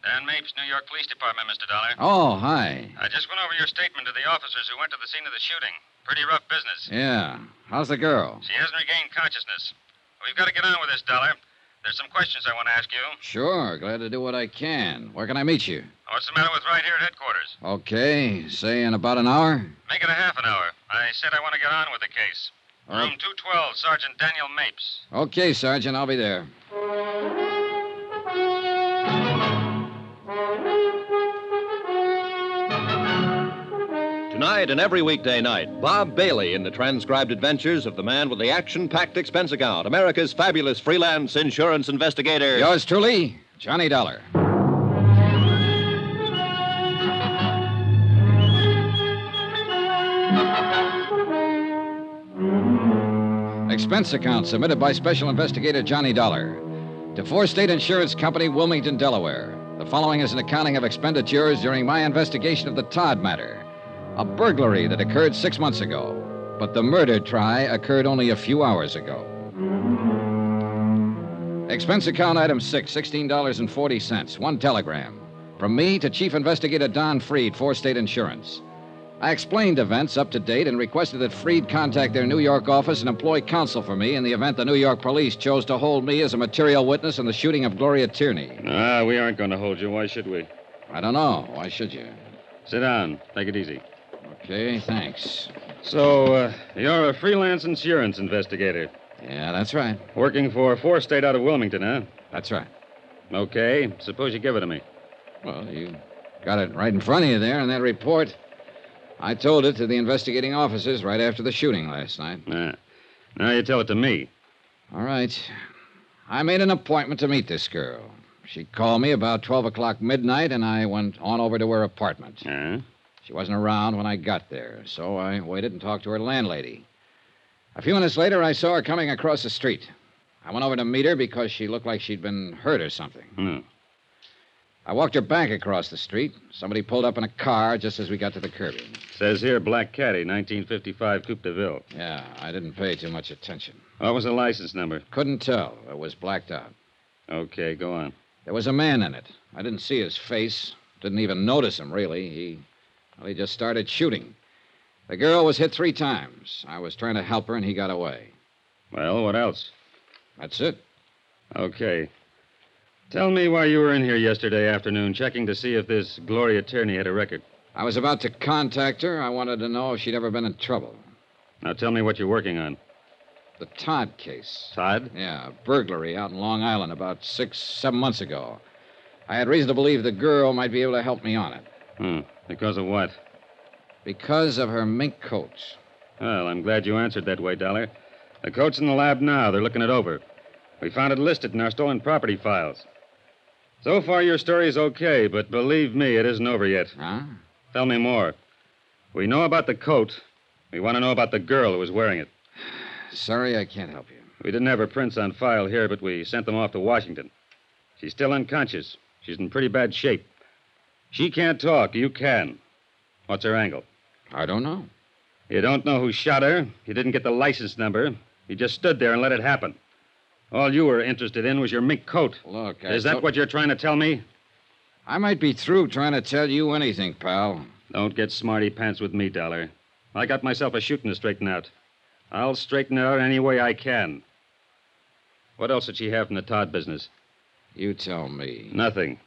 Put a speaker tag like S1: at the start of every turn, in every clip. S1: Dan Mapes, New York Police Department, Mr. Dollar.
S2: Oh, hi.
S1: I just went over your statement to the officers who went to the scene of the shooting. Pretty rough business.
S2: Yeah. How's the girl?
S1: She hasn't regained consciousness. We've got to get on with this, Dollar. There's some questions I want to ask you.
S2: Sure. Glad to do what I can. Where can I meet you?
S1: What's the matter with right here at headquarters?
S2: Okay. Say in about an hour.
S1: Make it a half an hour. I said I want to get on with the case.
S2: All
S1: Room
S2: right.
S1: 212, Sergeant Daniel Mapes.
S2: Okay, Sergeant. I'll be there.
S3: Tonight and every weekday night, Bob Bailey in the transcribed adventures of the man with the action packed expense account, America's fabulous freelance insurance investigator.
S2: Yours truly, Johnny Dollar. Expense account submitted by Special Investigator Johnny Dollar to Four State Insurance Company, Wilmington, Delaware. The following is an accounting of expenditures during my investigation of the Todd matter, a burglary that occurred six months ago, but the murder try occurred only a few hours ago. Expense account item six, $16.40. One telegram. From me to Chief Investigator Don Freed, for State Insurance. I explained events up to date and requested that Freed contact their New York office and employ counsel for me in the event the New York police chose to hold me as a material witness in the shooting of Gloria Tierney.
S1: Ah, we aren't going to hold you. Why should we?
S2: I don't know. Why should you?
S1: Sit down. Take it easy.
S2: Okay, thanks.
S1: So, uh, you're a freelance insurance investigator.
S2: Yeah, that's right.
S1: Working for Four State out of Wilmington, huh?
S2: That's right.
S1: Okay. Suppose you give it to me.
S2: Well, you got it right in front of you there in that report. I told it to the investigating officers right after the shooting last night.
S1: Ah. Now you tell it to me.
S2: All right. I made an appointment to meet this girl. She called me about 12 o'clock midnight, and I went on over to her apartment.
S1: Huh?
S2: She wasn't around when I got there, so I waited and talked to her landlady. A few minutes later, I saw her coming across the street. I went over to meet her because she looked like she'd been hurt or something.
S1: Hmm.
S2: I walked her back across the street. Somebody pulled up in a car just as we got to the curbing.
S1: Says here, Black Caddy, 1955 Coupe de Ville.
S2: Yeah, I didn't pay too much attention.
S1: What was the license number?
S2: Couldn't tell. It was blacked out.
S1: Okay, go on.
S2: There was a man in it. I didn't see his face. Didn't even notice him, really. He, well, he just started shooting. The girl was hit three times. I was trying to help her, and he got away.
S1: Well, what else?
S2: That's it.
S1: Okay. Tell me why you were in here yesterday afternoon checking to see if this Gloria Tierney had a record.
S2: I was about to contact her. I wanted to know if she'd ever been in trouble.
S1: Now tell me what you're working on.
S2: The Todd case.
S1: Todd?
S2: Yeah, a burglary out in Long Island about six, seven months ago. I had reason to believe the girl might be able to help me on it
S1: Hmm. Because of what?
S2: because of her mink coat.
S1: Well, I'm glad you answered that way, Dollar. The coat's in the lab now. They're looking it over. We found it listed in our stolen property files. So far, your story's okay, but believe me, it isn't over yet.
S2: Huh?
S1: Tell me more. We know about the coat. We want to know about the girl who was wearing it.
S2: Sorry, I can't help you.
S1: We didn't have her prints on file here, but we sent them off to Washington. She's still unconscious. She's in pretty bad shape. She can't talk. You can. What's her angle?
S2: I don't know.
S1: You don't know who shot her. You didn't get the license number. You just stood there and let it happen. All you were interested in was your mink coat.
S2: Look, I
S1: Is that
S2: told-
S1: what you're trying to tell me?
S2: I might be through trying to tell you anything, pal.
S1: Don't get smarty pants with me, Dollar. I got myself a shooting to straighten out. I'll straighten it out any way I can. What else did she have from the Todd business?
S2: You tell me.
S1: Nothing.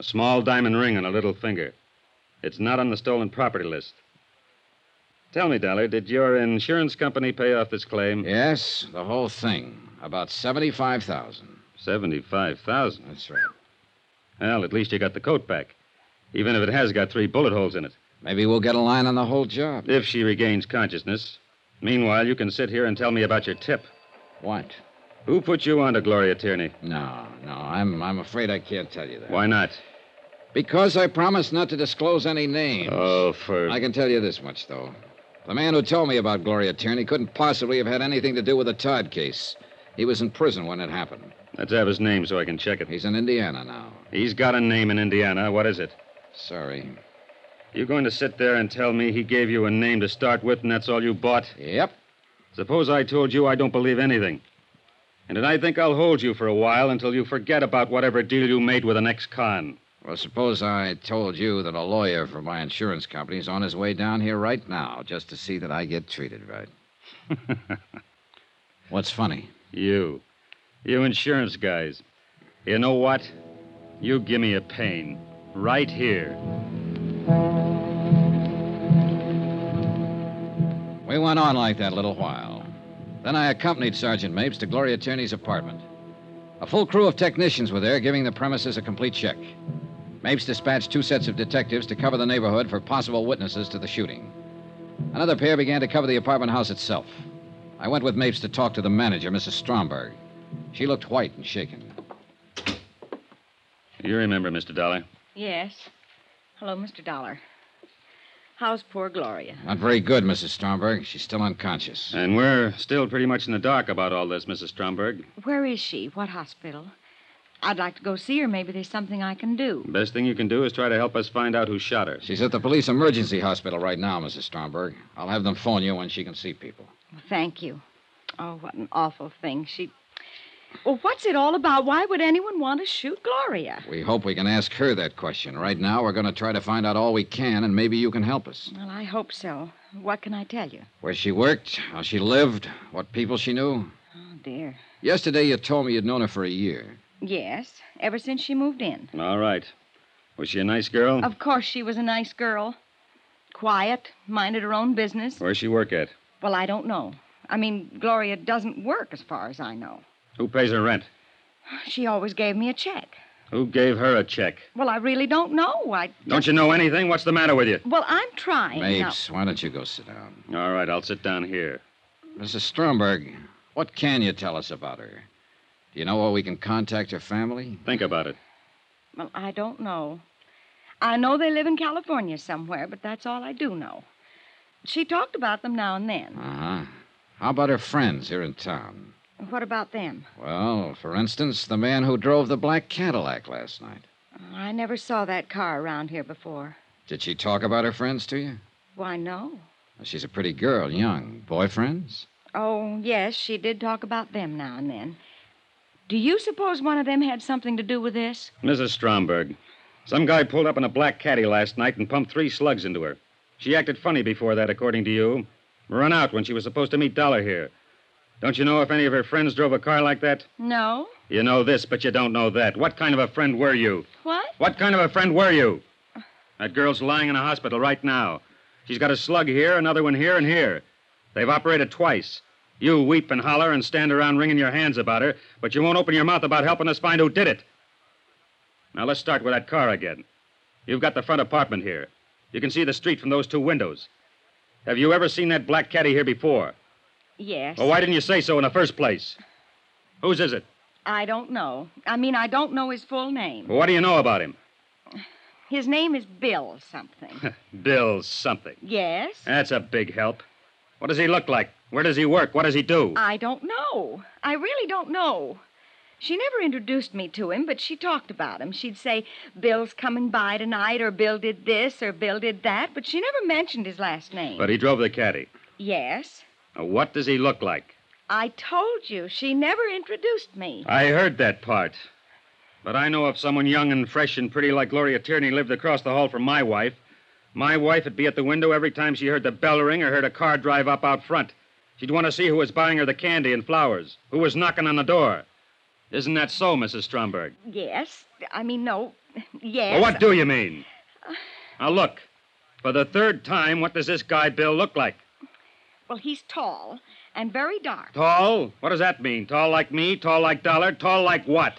S1: A small diamond ring on her little finger. It's not on the stolen property list. Tell me, Dollar, did your insurance company pay off this claim?
S2: Yes, the whole thing. About 75000
S1: Seventy-five thousand.
S2: That's right.
S1: Well, at least you got the coat back, even if it has got three bullet holes in it.
S2: Maybe we'll get a line on the whole job.
S1: If she regains consciousness. Meanwhile, you can sit here and tell me about your tip.
S2: What?
S1: Who put you on to Gloria Tierney?
S2: No, no, I'm, I'm afraid I can't tell you that.
S1: Why not?
S2: Because I promised not to disclose any names.
S1: Oh, for
S2: I can tell you this much, though. The man who told me about Gloria Tierney couldn't possibly have had anything to do with the Todd case. He was in prison when it happened.
S1: Let's have his name so I can check it.
S2: He's in Indiana now.
S1: He's got a name in Indiana. What is it?
S2: Sorry.
S1: You're going to sit there and tell me he gave you a name to start with and that's all you bought?
S2: Yep.
S1: Suppose I told you I don't believe anything. And then I think I'll hold you for a while until you forget about whatever deal you made with an ex con.
S2: Well, suppose I told you that a lawyer for my insurance company is on his way down here right now just to see that I get treated right. What's funny?
S1: You. You insurance guys. You know what? You give me a pain. Right here.
S2: We went on like that a little while. Then I accompanied Sergeant Mapes to Gloria Tierney's apartment. A full crew of technicians were there, giving the premises a complete check. Mapes dispatched two sets of detectives to cover the neighborhood for possible witnesses to the shooting. Another pair began to cover the apartment house itself. I went with Mapes to talk to the manager, Mrs. Stromberg. She looked white and shaken.
S1: You remember, Mr. Dollar.
S4: Yes. Hello, Mr. Dollar. How's poor Gloria?
S2: Not very good, Mrs. Stromberg. She's still unconscious.
S1: And we're still pretty much in the dark about all this, Mrs. Stromberg.
S4: Where is she? What hospital? I'd like to go see her. Maybe there's something I can do.
S1: Best thing you can do is try to help us find out who shot her.
S2: She's at the police emergency hospital right now, Mrs. Stromberg. I'll have them phone you when she can see people.
S4: Thank you. Oh, what an awful thing. She. Well, what's it all about? Why would anyone want to shoot Gloria?
S2: We hope we can ask her that question. Right now, we're going to try to find out all we can, and maybe you can help us.
S4: Well, I hope so. What can I tell you?
S2: Where she worked, how she lived, what people she knew.
S4: Oh, dear.
S2: Yesterday, you told me you'd known her for a year.
S4: Yes, ever since she moved in.
S1: All right. Was she a nice girl?
S4: Of course, she was a nice girl. Quiet, minded her own business.
S1: Where's she work at?
S4: Well, I don't know. I mean, Gloria doesn't work as far as I know.
S1: Who pays her rent?
S4: She always gave me a check.
S1: Who gave her a check?
S4: Well, I really don't know. I.
S1: Don't you know anything? What's the matter with you?
S4: Well, I'm trying. now.
S2: Mapes, why don't you go sit down?
S1: All right, I'll sit down here.
S2: Mrs. Stromberg, what can you tell us about her? Do you know where we can contact her family?
S1: Think about it.
S4: Well, I don't know. I know they live in California somewhere, but that's all I do know. She talked about them now and then.
S2: Uh huh. How about her friends here in town?
S4: What about them?
S2: Well, for instance, the man who drove the black Cadillac last night.
S4: I never saw that car around here before.
S2: Did she talk about her friends to you?
S4: Why, no.
S2: She's a pretty girl, young. Boyfriends?
S4: Oh, yes, she did talk about them now and then. Do you suppose one of them had something to do with this?
S1: Mrs. Stromberg, some guy pulled up in a black caddy last night and pumped three slugs into her. She acted funny before that, according to you. Run out when she was supposed to meet Dollar here. Don't you know if any of her friends drove a car like that?
S4: No.
S1: You know this, but you don't know that. What kind of a friend were you?
S4: What?
S1: What kind of a friend were you? That girl's lying in a hospital right now. She's got a slug here, another one here, and here. They've operated twice. You weep and holler and stand around wringing your hands about her, but you won't open your mouth about helping us find who did it. Now let's start with that car again. You've got the front apartment here. You can see the street from those two windows. Have you ever seen that black caddy here before?
S4: Yes.
S1: Well, why didn't you say so in the first place? Whose is it?
S4: I don't know. I mean, I don't know his full name.
S1: What do you know about him?
S4: His name is Bill something.
S1: Bill something.
S4: yes?
S1: That's a big help. What does he look like? Where does he work? What does he do?
S4: I don't know. I really don't know. She never introduced me to him, but she talked about him. She'd say, Bill's coming by tonight, or Bill did this, or Bill did that, but she never mentioned his last name.
S1: But he drove the caddy.
S4: Yes.
S1: Now, What does he look like?
S4: I told you, she never introduced me.
S1: I heard that part. But I know if someone young and fresh and pretty like Gloria Tierney lived across the hall from my wife, my wife would be at the window every time she heard the bell ring or heard a car drive up out front. She'd want to see who was buying her the candy and flowers, who was knocking on the door. Isn't that so, Mrs. Stromberg?
S4: Yes. I mean, no. Yes.
S1: Well, what do you mean? Now, look. For the third time, what does this guy Bill look like?
S4: Well, he's tall and very dark,
S1: Tall? What does that mean? Tall like me? Tall like Dollar? Tall like what?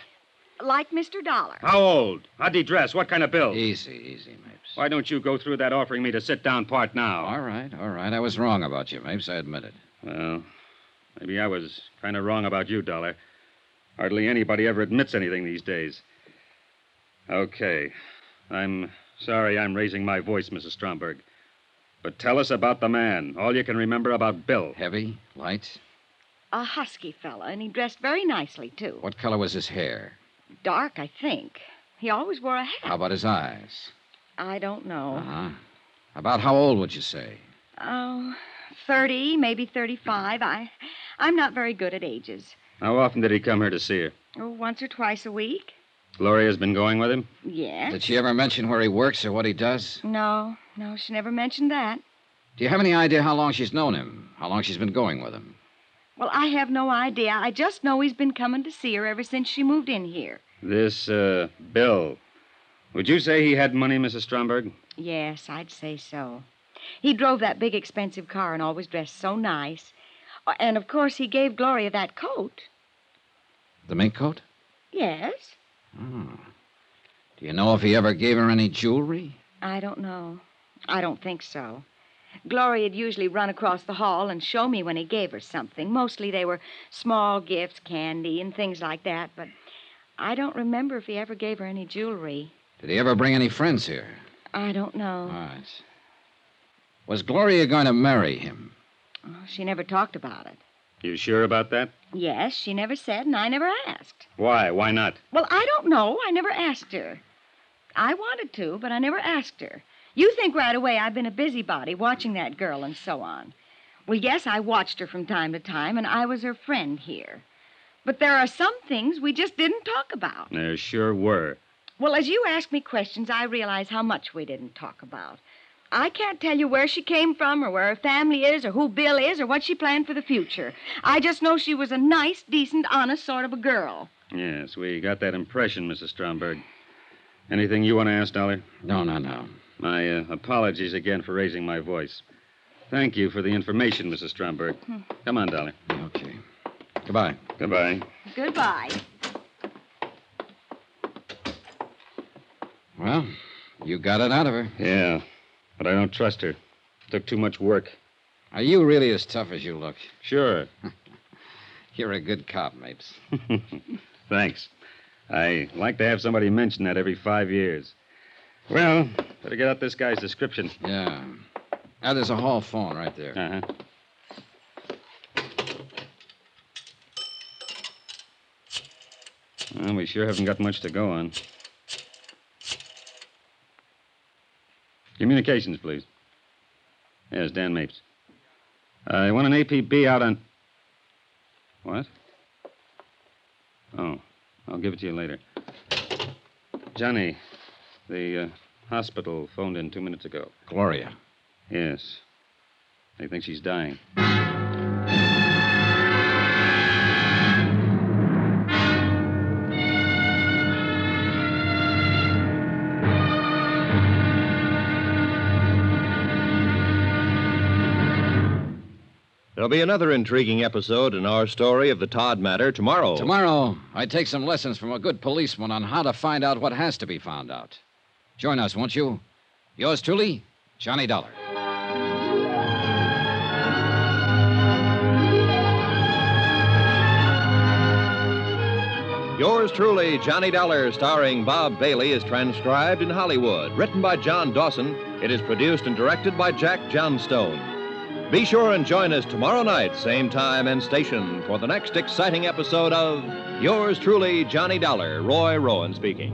S4: like Mr. Dollar.
S1: How old? How'd he dress? What kind of bill?
S2: Easy, easy, Mapes.
S1: Why don't you go through that offering me to sit down part now?
S2: All right, all right. I was wrong about you, Mapes. I admit it.
S1: Well, maybe I was kind of wrong about you, Dollar. Hardly anybody ever admits anything these days. Okay. I'm sorry I'm raising my voice, Mrs. Stromberg. But tell us about the man, all you can remember about Bill.
S2: Heavy, light.
S4: A husky fella, and he dressed very nicely, too.
S2: What color was his hair?
S4: Dark, I think. He always wore a hat.
S2: How about his eyes?
S4: I don't know.
S2: Uh huh. About how old would you say?
S4: Oh, 30, maybe 35. I, I'm not very good at ages.
S1: How often did he come here to see her?
S4: Oh, once or twice a week?
S1: Laurie has been going with him?
S4: Yes.
S2: Did she ever mention where he works or what he does?
S4: No, no, she never mentioned that.
S2: Do you have any idea how long she's known him? How long she's been going with him?
S4: Well, I have no idea. I just know he's been coming to see her ever since she moved in here.
S1: This, uh, Bill. Would you say he had money, Mrs. Stromberg?
S4: Yes, I'd say so. He drove that big expensive car and always dressed so nice. Oh, And of course, he gave Gloria that coat.
S2: The mink coat?
S4: Yes?
S2: Do you know if he ever gave her any jewelry?
S4: I don't know. I don't think so. Gloria'd usually run across the hall and show me when he gave her something. Mostly they were small gifts, candy, and things like that, but I don't remember if he ever gave her any jewelry.
S2: Did he ever bring any friends here?
S4: I don't know.
S2: All right. Was Gloria going to marry him?
S4: Oh, she never talked about it.
S1: You sure about that?
S4: Yes, she never said, and I never asked.
S1: Why? Why not?
S4: Well, I don't know. I never asked her. I wanted to, but I never asked her. You think right away I've been a busybody watching that girl and so on. Well, yes, I watched her from time to time, and I was her friend here. But there are some things we just didn't talk about.
S1: There sure were.
S4: Well, as you ask me questions, I realize how much we didn't talk about. I can't tell you where she came from, or where her family is, or who Bill is, or what she planned for the future. I just know she was a nice, decent, honest sort of a girl.
S1: Yes, we got that impression, Mrs. Stromberg. Anything you want to ask, Dollar?
S2: No, no, no.
S1: My uh, apologies again for raising my voice. Thank you for the information, Mrs. Stromberg. Come on, Dollar.
S2: Okay. Goodbye.
S1: Goodbye.
S4: Goodbye.
S2: Well, you got it out of her.
S1: Yeah, but I don't trust her. Took too much work.
S2: Are you really as tough as you look?
S1: Sure.
S2: You're a good cop, Mapes.
S1: Thanks. I like to have somebody mention that every five years. Well, better get out this guy's description.
S2: Yeah. Ah, there's a hall phone right there.
S1: Uh huh. Well, we sure haven't got much to go on. Communications, please. Yes, Dan Mapes. I want an APB out on. What? Oh, I'll give it to you later. Johnny, the uh, hospital phoned in two minutes ago.
S2: Gloria.
S1: Yes. They think she's dying.
S3: There'll be another intriguing episode in our story of the Todd matter tomorrow.
S2: Tomorrow, I take some lessons from a good policeman on how to find out what has to be found out. Join us, won't you? Yours truly, Johnny Dollar.
S3: Yours truly, Johnny Dollar, starring Bob Bailey, is transcribed in Hollywood. Written by John Dawson, it is produced and directed by Jack Johnstone. Be sure and join us tomorrow night, same time and station, for the next exciting episode of Yours truly, Johnny Dollar, Roy Rowan speaking.